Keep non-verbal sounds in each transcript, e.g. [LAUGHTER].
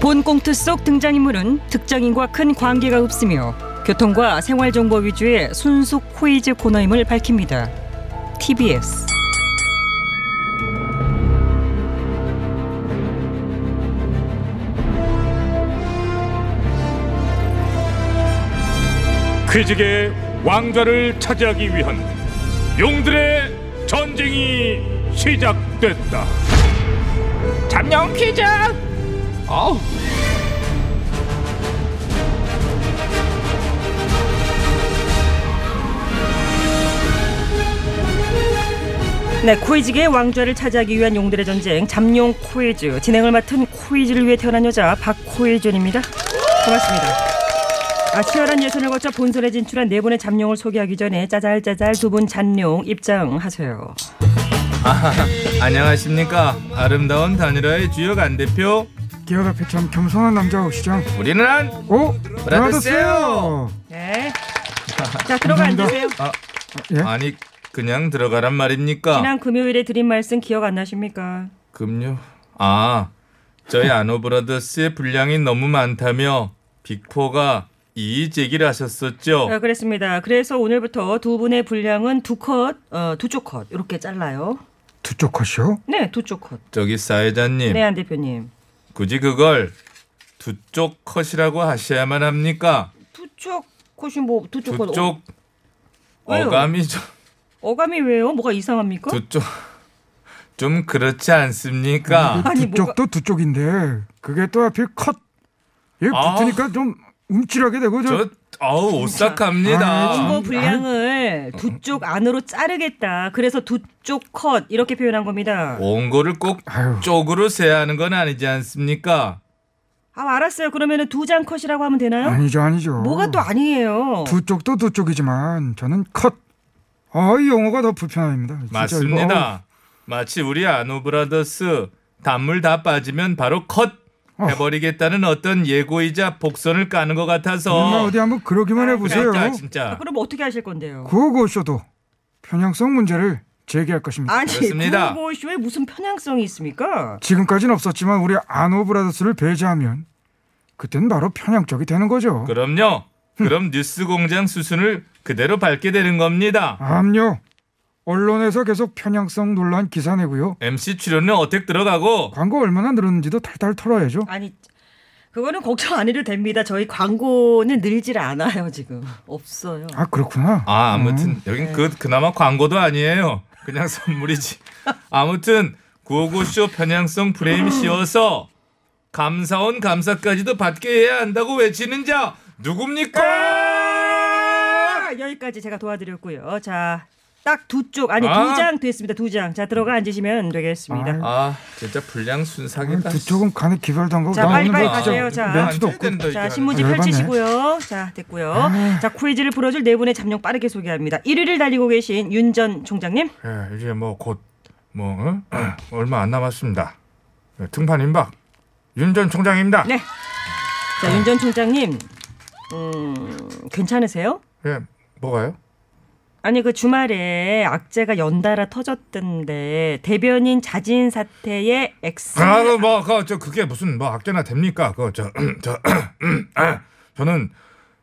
본 꽁트 속 등장인물은 특정인과 큰 관계가 없으며 교통과 생활 정보 위주의 순수 코이즈 코너임을 밝힙니다. TBS 퀴즈계의 왕좌를 차지하기 위한 용들의 전쟁이 시작됐다. 잠룡 퀴즈 어우 네, 코이즈계의 왕좌를 차지하기 위한 용들의 전쟁 잠룡 코이즈 진행을 맡은 코이즈를 위해 태어난 여자 박코이즈입니다. 고맙습니다. 아, 치열한 예선을 거쳐 본선에 진출한 네 분의 잠룡을 소개하기 전에 짜잘짜잘 두 분 잠룡 입장하세요. 안녕하십니까 아름다운 단일화의 주역안 대표 기업 앞에 참 겸손한 남자 오시죠. 어? 우리는 한 오, 브라더스요! 네. 자 들어가 감사합니다. 앉으세요. 예? 아니 그냥 들어가란 말입니까 지난 금요일에 드린 말씀 기억 안 나십니까? 금요 아 저희 아노브라더스의 분량이 너무 많다며 빅포가 이의 제기를 하셨었죠 자, 그랬습니다. 그래서 오늘부터 두 분의 분량은 두 컷, 어, 두쪽 컷 이렇게 잘라요. 두쪽 컷이요? 네, 두쪽 컷. 저기 사회자님 네, 안 대표님. 굳이 그걸 두 쪽 컷이라고 하셔야만 합니까 두쪽 컷이 뭐 두쪽 컷? 두 쪽 왜요? 어감이 좀 어, 어감이 왜요? 뭐가 이상합니까? 두쪽 좀 그렇지 않습니까? 아니, 뭐가- 두쪽도 두쪽인데 그게 또 하필 컷. 예, 아. 붙으니까 좀 움찔하게 되고 저 저. 어우 오싹합니다. 아, 이거 분량을 두 쪽 안으로 자르겠다. 그래서 두 쪽 컷 이렇게 표현한 겁니다. 온 거를 꼭 아유. 쪽으로 세야 하는 건 아니지 않습니까? 아 알았어요. 그러면은 두 장 컷이라고 하면 되나요? 아니죠, 아니죠. 뭐가 또 아니에요. 두쪽도 두쪽이지만 저는 컷. 아, 이 용어가 더 불편합니다. 진짜 이거, 아우, 맞습니다. 마치 우리 아노브라더스 단물 다 빠지면 바로 컷 어. 해버리겠다는 어떤 예고이자 복선을 까는 것 정말 같아서 어디 한번 그러기만 해보세요. 진짜 아, 진짜 그럼 어떻게 하실 건데요? 구호고쇼도 편향성 문제를 제기할 것입니다. 아니 그렇습니다. 구호고쇼에 무슨 편향성이 있습니까? 지금까지는 없었지만 우리 아노브라더스를 배제하면 그땐 바로 편향적이 되는 거죠. 그럼요. 그럼 뉴스공장 수순을 그대로 밟게 되는 아. 겁니다. 암요. 언론에서 계속 편향성 논란 기사 내고요. MC 출연료 어택 들어가고 광고 얼마나 늘었는지도 탈탈 털어야죠. 아니 그거는 걱정 안 해도 됩니다. 저희 광고는 늘질 않아요 지금 없어요. 아 그렇구나. 아 아무튼 여긴 그 그나마 광고도 아니에요. 그냥 선물이지. 아무튼 구호고쇼 편향성 프레임 씌워서 감사원 감사까지도 받게 해야 한다고 외치는 자 누굽니까? 아, 여기까지 제가 도와드렸고요. 자. 딱 두 쪽 아니 아. 두 장 됐습니다 두 장 자 들어가 앉으시면 되겠습니다 아 진짜 불량 음, 순삭이다. 두 쪽은 간에 기별도 안 가고 자, 나 빨리 오늘 빨리 뭐 가세요. 진짜 아, 자. 멘트도 안 없고 되는데, 이거. 자 신문지 아, 열받네. 아. 펼치시고요 자 됐고요 자 퀴즈를 풀어줄 네 분의 잠룡 빠르게 소개합니다 1위를 달리고 계신 윤 전 총장님 예, 이제 뭐 곧 뭐 어? [CLEARS THROAT] 얼마 안 남았습니다. 예, 등판 임박 윤 전 총장입니다. 네. 자, 윤 전 총장님, 음, 괜찮으세요? 예, 뭐가요? 아니, 그 주말에 악재가 연달아 터졌던데, 대변인 자진 사태의 X. 아, 그 뭐, 그, 저, 그게 무슨, 뭐, 학대나 됩니까? 그, 저, [CLEARS THROAT] 저, 아, 저는,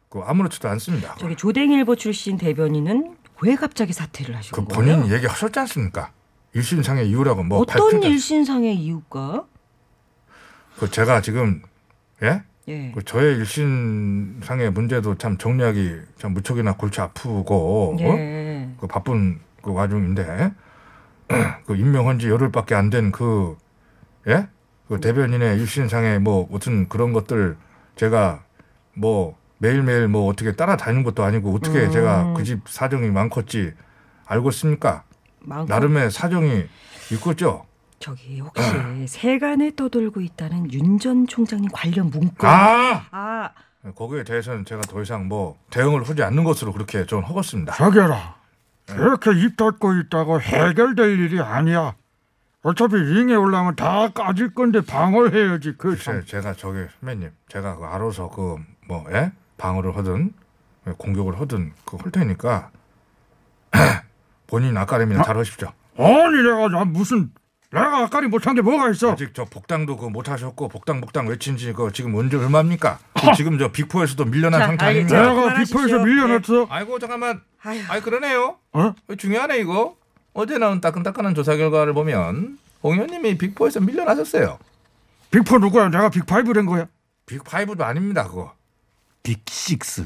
그, 아무렇지도 않습니다. 저기 조댕일보 출신 대변인은 왜 갑자기 사퇴를 하신 그, 거예요? 본인 얘기 하셨지 않습니까? 일신상의 이유라고 뭐, 어떤 밝혔다. 일신상의 이유가? 그, 제가 지금, 예? 예. 그, 저의 일신상의 문제도 참 정리하기 참 무척이나 골치 아프고, 어? 예. 그 바쁜 그 와중인데, [CLEARS THROAT] 그, 임명한 지 열흘밖에 안 된 그 예? 그 대변인의 일신상의 뭐 무슨 그런 것들 제가 뭐 매일매일 뭐 어떻게 따라다니는 것도 아니고 어떻게 제가 그 집 사정이 많겠지 알고 있습니까? 마음 나름의 사정이 있겠죠? 저기 혹시 세간에 떠돌고 있다는 윤 전 총장님 관련 문건. 아! 아, 거기에 대해서는 제가 더 이상 뭐 대응을 하지 않는 것으로 그렇게 좀 허겄습니다. 저겨라. 이렇게 입 닫고 있다고 해결될 일이 아니야. 어차피 링에 올라오면 다 까질 건데 방어를 해야지. 그 참. 제, 제가 저기 선배님 제가 그 알아서 그 뭐 예? 방어를 하든 예, 공격을 하든 그할 [CLEARS THROAT] 테니까 본인 아까림이나 잘 하십시오. 아니 내가 나 무슨 내가 아까리 못한 게 뭐가 있어? 아직 저 복당도 그 못하셨고 복당 복당 외친 지그 지금 언제 얼마입니까? 그 지금 저 빅포에서도 밀려난 어. 자, 상태 알겠죠. 아닙니까? 내가 네. 그만하십시오. 비포에서 밀려났어. 아이고 잠깐만. 아휴. 아이 그러네요. 어? 중요하네 이거. 어제 나온 따끈따끈한 조사 결과를 보면 홍 의원님이 빅포에서 밀려나셨어요. 빅포 누구야? 내가 빅파이브 된 거야. 빅파이브도 아닙니다 그거. 빅식스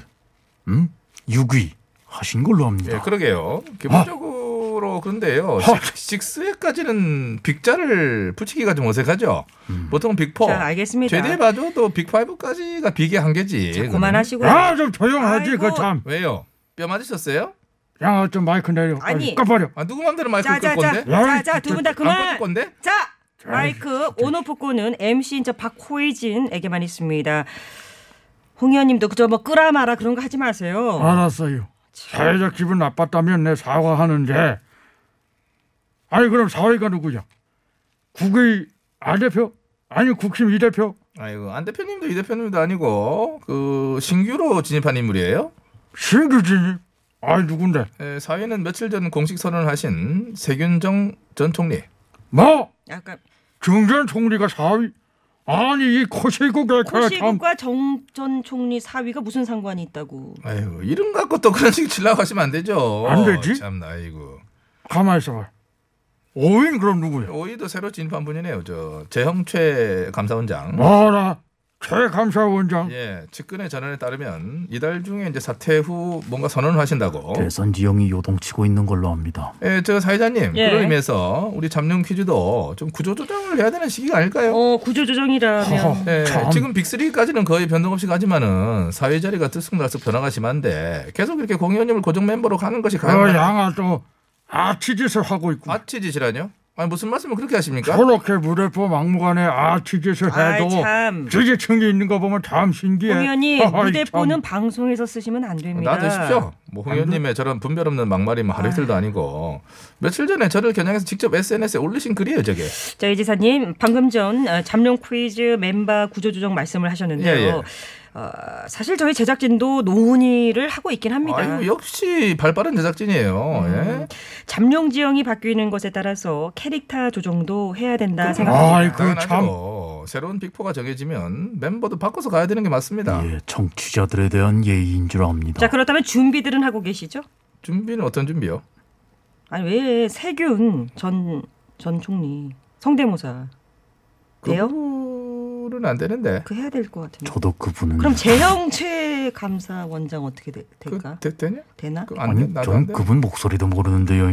음? 6위 하신 걸로 예, 합니다. 어? 그러게요. 기본적으로 그런데요. 식스에까지는 빅자를 붙이기가 좀 어색하죠. 음. 보통 빅포. 자, 알겠습니다. 최대 봐줘도 빅5까지가 빅의 한계지. 자, 예, 그거는. 그만하시고요. 아 좀 조용하지 아이고. 그 참. 왜요? 뼈 맞으셨어요? 야 좀 마이크 내려. 아니. 아니. 까버려. 아, 누구 맘대로 마이크 끌 자자자, 건데? 자자 두 분 다 안 그만. 꺼질 건데? 자, 아, 마이크 온오프 꼬는 MC인 저 박호이진에게만 있습니다. 홍 의원님도 그저 뭐 끄라 마라 그런 거 하지 마세요. 아. 알았어요. 사회적 기분 나빴다면 내 사과하는데. 아니 그럼 사회가 누구냐? 국의 안 대표? 아니 국힘 이 대표? 아이고, 안 대표님도 이 대표님도 아니고, 그, 신규로 진입한 인물이에요. 신규진이? 아니 누군데? 예, 사회는 며칠 전 공식 선언을 하신 세균정 전 총리. 뭐? 약간 정전 총리가 사위? 아니 이 코시국 개카야 참. 코시국과 정 전 총리 사위가 무슨 상관이 있다고. 아이고, 이름 갖고 또 그런 식으로 질라고 하시면 안 되죠. 안 되지? 참, 아이고. 가만 있어봐. 오인 그럼 누구야? 오이도 새로 진입한 분이네요. 저, 재형최 어? 감사원장. 뭐라? 최감사원장. 예, 측근의 전언에 따르면 이달 중에 이제 사퇴 후 뭔가 선언을 하신다고. 대선 지형이 요동치고 있는 걸로 합니다. 예, 저 사회자님 예. 그런 의미에서 우리 잠룡 퀴즈도 좀 구조 조정을 해야 되는 시기가 아닐까요? 어 구조조정이라면 허허. 예, 참. 지금 빅3까지는 거의 변동 없이 가지만은 사회 자리가 들쑥날쑥 변화가 심한데 계속 이렇게 공의원님을 고정 멤버로 가는 것이 그 가능한 양아 또 아치짓을 하고 있고. 아치지시라뇨? 음. 아니 무슨 말씀을 그렇게 하십니까? 어, 저렇게 무대포 막무가내 아치짓을 아이, 해도 참. 지지층이 있는 거 보면 참 신기해. 홍 의원님 아이, 무대포는 참. 방송에서 쓰시면 안 됩니다. 나대십시오. 뭐 홍의원님의 저런 분별 없는 막말이 뭐 하루 이틀도 아니고 며칠 전에 저를 겨냥해서 직접 SNS에 올리신 글이에요, 저게. 자, 이지사님 방금 전 어, 잠룡 퀴즈 멤버 구조조정 말씀을 하셨는데요. 예, 예. 어, 사실 저희 제작진도 논의를 하고 있긴 합니다. 아이고 역시 발빠른 제작진이에요. 예. 잠룡 지형이 바뀌는 것에 따라서 캐릭터 조정도 해야 된다 생각합니다. 아이 그참 당연하죠. 새로운 빅포가 정해지면 멤버도 바꿔서 가야 되는 게 맞습니다. 예, 청취자들에 대한 예의인 줄 압니다. 자, 그렇다면 준비들은 하고 계시죠? 준비는 어떤 준비요? 아니 왜 세균 전 전 총리 성대모사 내요? 그거는 그 안 되는데. 그 해야 될 것 같은데. 저도 그분은 그럼 재형최 감사원장 어떻게 되, 그 될까? 되, 되냐? 되나? 그거 안 돼. 아니 나도 안 저는 돼. 그분 [LAUGHS] 목소리도 모르는데요.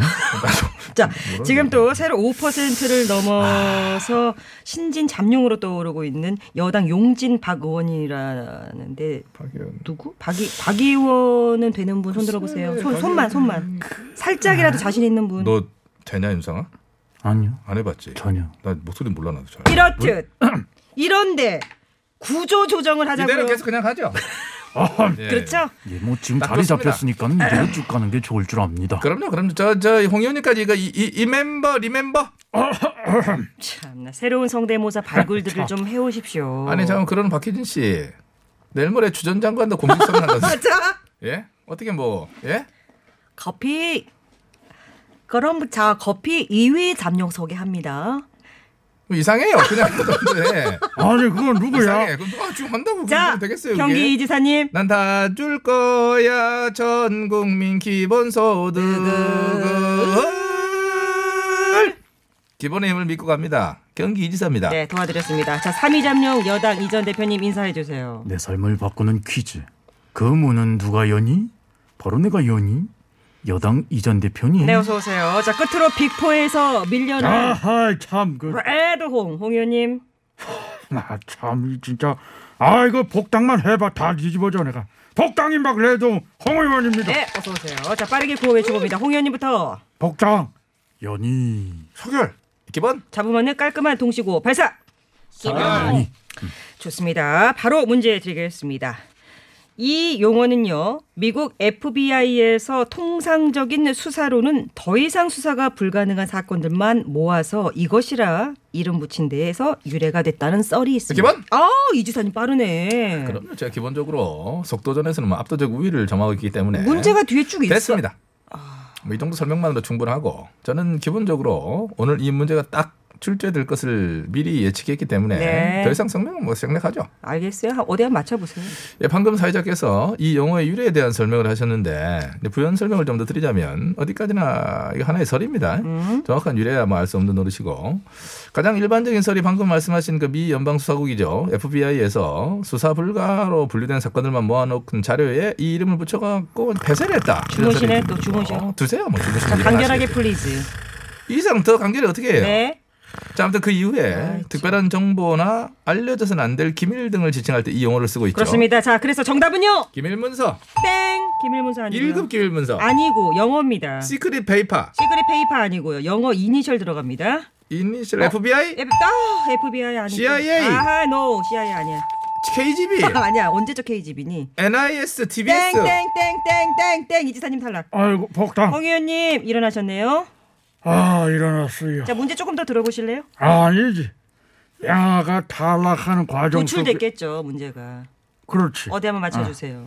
자, 지금 또 새로 5%를 넘어서 신진 잠룡으로 떠오르고 있는 여당 용진 박 의원이라는데 박연. 누구? 박이 박 의원은 되는 분 손들어 네, 보세요. 손 손만 손만 음. 아. 살짝이라도 자신 있는 분. 너 되냐 윤상아? 아니요 안 해봤지. 전혀. 나 목소리 몰라 나도 잘. 이렇듯 [CLEARS THROAT] 이런데 구조 조정을 이대로 하자고요. 계속 [LAUGHS] 그냥 하죠. 예. 그렇죠? 예, 뭐 지금 딱 자리 좋습니다. [LAUGHS] 잡혔으니까는 이대로 쭉 가는 게 좋을 줄 압니다. 그럼요, 그럼요. 저, 저, 홍 의원님까지 이거, 이, 이, 이 멤버, 리멤버? 참나 새로운 성대모사 발굴들을 좀 해오십시오. 그렇죠. [LAUGHS] 아니, 잠깐, 그러는 박희진 씨. 내일 모레 주전 장관도 공식 [LAUGHS] 선언한다. 자 예? 어떻게 뭐, 예? 커피 그럼 자 커피 2위 잠룡 소개합니다. 뭐 이상해요. [LAUGHS] 그냥 그런데 [LAUGHS] 아니 그건 누구야? 이상해. 그럼 누가 지금 한다고 자 그러면 되겠어요. 경기 경기 이지사님 난 다 줄 거야 전 국민 네, 기본소득을 기본의 힘을 믿고 갑니다. 경기 이지사입니다. 네 도와드렸습니다. 자 3위 잠룡 여당 이전 대표님 인사해 주세요. 내 삶을 바꾸는 퀴즈. 그 문은 누가 여니? 바로 내가 여니? 여당 이전 대표니? 네 어서 오세요. 자 끝으로 빅포에서 밀려난 아이 참그 레드홍 홍 의원님. 나 참, 이 진짜. 아, 이거 복당만 해봐. 다 뒤집어져, 내가. 복당인 막 그래도 홍 의원입니다. 네 어서 오세요. 자 빠르게 구호 외쳐봅니다. 홍 의원님부터 복당. 연이. 소결 기본 잡으면 깔끔한 동시고 발사. 아. 연이. 좋습니다. 바로 문제 드리겠습니다. 이 용어는요, 미국 FBI에서 통상적인 수사로는 더 이상 수사가 불가능한 사건들만 모아서 이것이라 이름 붙인 데에서 유래가 됐다는 썰이 있습니다. 기본? 아, 이지사님 빠르네. 그럼요. 제가 기본적으로 속도전에서는 뭐 압도적 우위를 점하고 있기 때문에 문제가 뒤에 쭉 있어. 아. 됐습니다. 뭐 이 정도 설명만으로 충분하고 저는 기본적으로 오늘 이 문제가 딱 출제될 것을 미리 예측했기 때문에 네. 더 이상 성명은 뭐 생략하죠. 알겠어요. 한 5대 한 맞춰보세요. 예, 방금 사회자께서 이 용어의 유래에 대한 설명을 하셨는데 이제 부연 설명을 좀 더 드리자면 어디까지나 이거 하나의 설입니다. 음. 정확한 유래야 뭐 알 수 없는 노릇이고 가장 일반적인 설이 방금 말씀하신 그 미 연방 수사국이죠 FBI에서 수사 불가로 분류된 사건들만 모아놓은 자료에 이 이름을 붙여갖고 폐쇄를 했다. 이런 설이 주무시네, 있거든요. 또 주무셔. 어, 두세요 뭐 주무시는 자, 일을 간결하게 하시겠죠. 플리즈. 이 이상 더 간결히 어떻게 해요? 네. 자, 아무튼 그 이후에 아이, 특별한 정보나 알려져선 안 될 기밀 등을 지칭할 때 이 용어를 쓰고 있죠. 그렇습니다. 자, 그래서 정답은요. 기밀 문서, 땡. 기밀문서 아니고요. 1급 기밀 문서, 아니고 영어입니다. 시크릿 페이퍼, 시크릿 페이퍼 아니고요. 영어 이니셜 들어갑니다. 이니셜 FBI, F, 아, FBI 아니고. CIA. 아하, no. CIA 아니야. KGB, [LAUGHS] 아니야. 언제적 KGB니? NIS, TBS. 땡땡땡땡땡땡 이지사님 탈락. 아이고 복당. 홍 의원님 일어나셨네요. 아 일어났어요. 자 문제 조금 더 들어보실래요? 아니지. 야가 탈락하는 과정 속에 노출됐겠죠 문제가. 예. 그렇지. 어디 한번 맞춰주세요.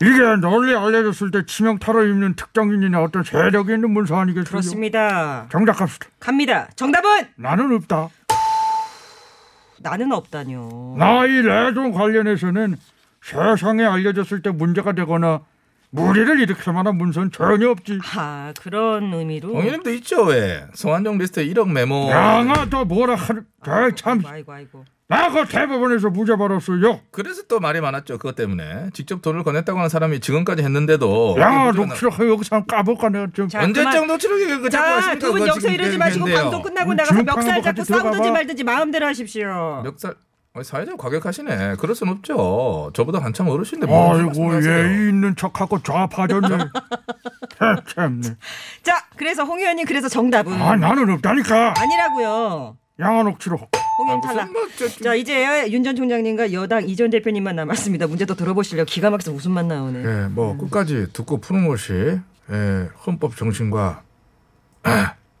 이게 널리 알려졌을 때 치명타로 입는 특정인이나 어떤 세력이 있는 문서 아니겠어요? 그렇습니다. 정답합시다. 갑니다. 정답은 나는 없다. 나는 없다뇨. 나이 레종 관련해서는 세상에 알려졌을 때 문제가 되거나 무리를 일으킬 만한 문서는 전혀 없지. 아 그런 의미로. 공연님도 있죠 왜? 송한종 리스트 1억 메모. 양아 또 뭐라 하는 참. 아이고, 아이고 아이고. 나그 대법원에서 무죄 받았어요. 그래서 또 말이 많았죠 그것 때문에 직접 돈을 건넸다고 하는 사람이 지금까지 했는데도 양아 녹취록 여기서 한번 까볼까 내가 좀. 자, 언제적 노출을 그 자꾸 하십니까? 자두 분 그거 여기서 지금 네, 이러지 마시고 얘기했는데요. 방송 끝나고 음, 나가서 지금 멱살 잡고 방금 같이 들어가봐. 싸우든지 말든지 마음대로 하십시오. 멱살 아니, 사회자 과격하시네. 그럴 순 없죠. 저보다 한참 어르신데 뭐 아이고 예의 있는 척하고 좌파졌네. [LAUGHS] 참네. 자 그래서 홍 의원님 그래서 정답은 아 나는 없다니까. 아니라고요. 양아 녹취록. 홍 아, 의원 탈락. 자 이제 윤 전 총장님과 여당 이전 대표님만 남았습니다. 문제 더 들어보실래요? 기가 막혀서 웃음만 나오네. 예, 뭐 끝까지 듣고 푸는 것이 예, 헌법 정신과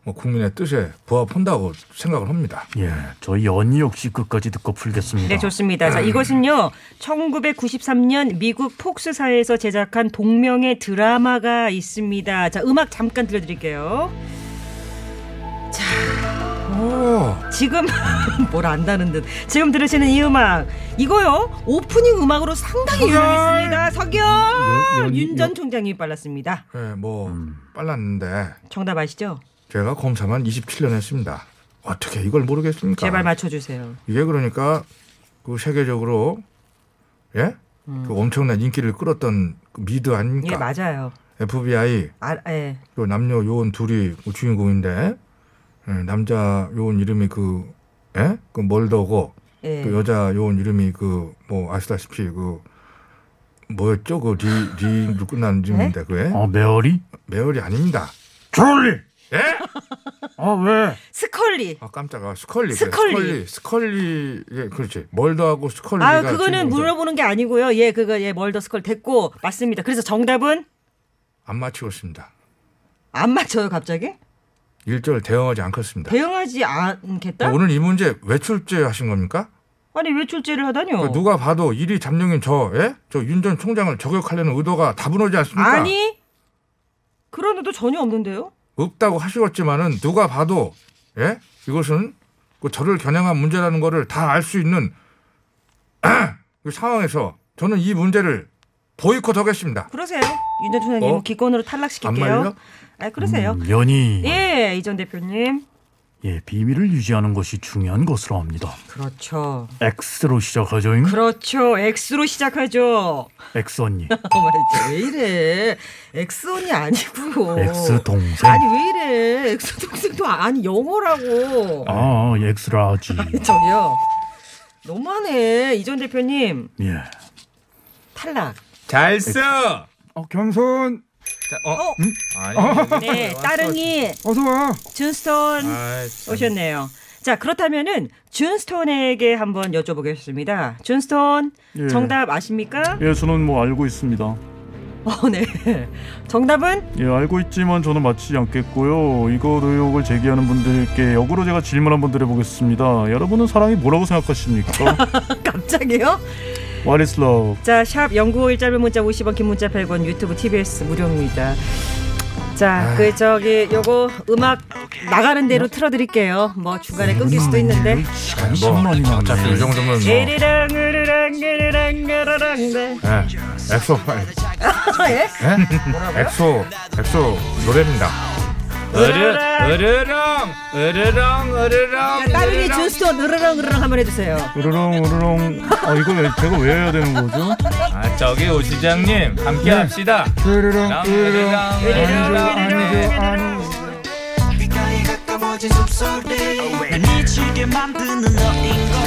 뭐 국민의 뜻에 부합한다고 생각을 합니다. 예, 저 연이 역시 끝까지 듣고 풀겠습니다. 네, 좋습니다. 자, 이것은요, 1993년 미국 폭스사에서 제작한 동명의 드라마가 있습니다. 자, 음악 잠깐 들려드릴게요. 자, 지금 [LAUGHS] 뭘 안다는 듯. 지금 들으시는 이 음악 이거요 오프닝 음악으로 상당히 유명했습니다. 석연 윤 전 총장님이 빨랐습니다. 예, 뭐 음. 빨랐는데 정답 아시죠? 제가 검사만 27년 했습니다. 어떻게 이걸 모르겠습니까? 제발 맞춰주세요. 이게 그러니까 그 세계적으로 예? 음. 그 엄청난 인기를 끌었던 그 미드 아닙니까? 예 맞아요. FBI 아, 예. 그 남녀 요원 둘이 그 주인공인데 예, 남자 요원 이름이 그 예? 그 멀더고 예. 그 여자 요원 이름이 그 뭐 아시다시피 그 뭐였죠? 그 리, 리로 끝나는 네? 이름인데 그게 어, 메어리? 메어리 아닙니다. 졸리. 예? 아 왜? 스컬리. 아 깜짝아 스컬리 그래, 스컬리 스컬리. 스컬리 예 그렇지 멀더하고 스컬리가 아, 지금 그거는 물어보는 게 아니고요. 예, 그거 예, 멀더 스컬 됐고 맞습니다. 그래서 정답은 안 맞추고 있습니다. 안 맞춰요, 갑자기? 일절 대응하지 않겠습니다. 어, 대응하지 않겠다? 오늘 이 문제 왜 출제하신 겁니까? 아니, 왜 출제를 하다뇨? 그러니까 누가 봐도 일이 잠룡인 저, 예? 저 윤 전 총장을 저격하려는 의도가 다분 하지 않습니까? 아니. 그런 의도 전혀 없는데요. 없다고 하시겠지만은 누가 봐도, 예? 이것은 그 저를 겨냥한 문제라는 거를 다 알 수 있는 [CLEARS THROAT] 그 상황에서 저는 이 문제를 보이콧 하겠습니다. 그러세요. 윤 전 총장님 어? 기권으로 안 탈락시킬게요. 말려? 아, 그러세요. 음, 연이. 예. 예, 이 전 대표님. 비밀을 유지하는 것이 중요한 것으로 압니다. 그렇죠. X로 시작하죠. 잉? 그렇죠. X로 시작하죠. X 언니. 어머, 진짜 왜 이래? 엑스언이 아니고요. X 동생. 아니 왜 이래? 엑스 동생도 아- 아니 영어라고. 아, X라지. 저기요. 너무하네 이전 대표님 예. 탈락. 잘 써. 어 겸손. 자, 어? 어? 음? 아니, 뭐, 네, 따릉이 어서 와. 준스톤 아이, 참. 오셨네요. 자 그렇다면은 준스톤에게 한번 여쭤보겠습니다. 준스톤 예. 정답 아십니까? 예, 저는 뭐 알고 있습니다. 어, 네. 정답은 예, 알고 있지만 저는 맞히지 않겠고요. 이거 의혹을 제기하는 분들께 역으로 제가 질문 한번 드려보겠습니다. 여러분은 사랑이 뭐라고 생각하십니까? 아, 갑자기요? What is love? 자 샵 0951 짧은 문자 50원 긴 문자 100원 유튜브 TBS 무료입니다. 자, 그 저기 요거 음악 나가는 대로 틀어드릴게요. 뭐 중간에 끊길 수도 있는데. 뭐 어차피 이 정도면 네. 뭐 으르렁 으르렁 으르렁 으르렁 네. 예. 엑소 파일. 아, 예? 엑소 엑소 노래입니다. 으르 으르렁 으르렁 으르렁 따르니 준스토 으르렁 으르렁 한번 해주세요. 으르렁 으르렁. 아 이거 왜 제가 왜 해야 되는 거죠? 아 저기 오 시장님 함께 합시다 으르렁 으르렁, 으르렁 으르렁, 아니죠 으르렁. 아니죠 아니죠 귓가에 가까워진 숨소리 날 미치게 만드는 너인 걸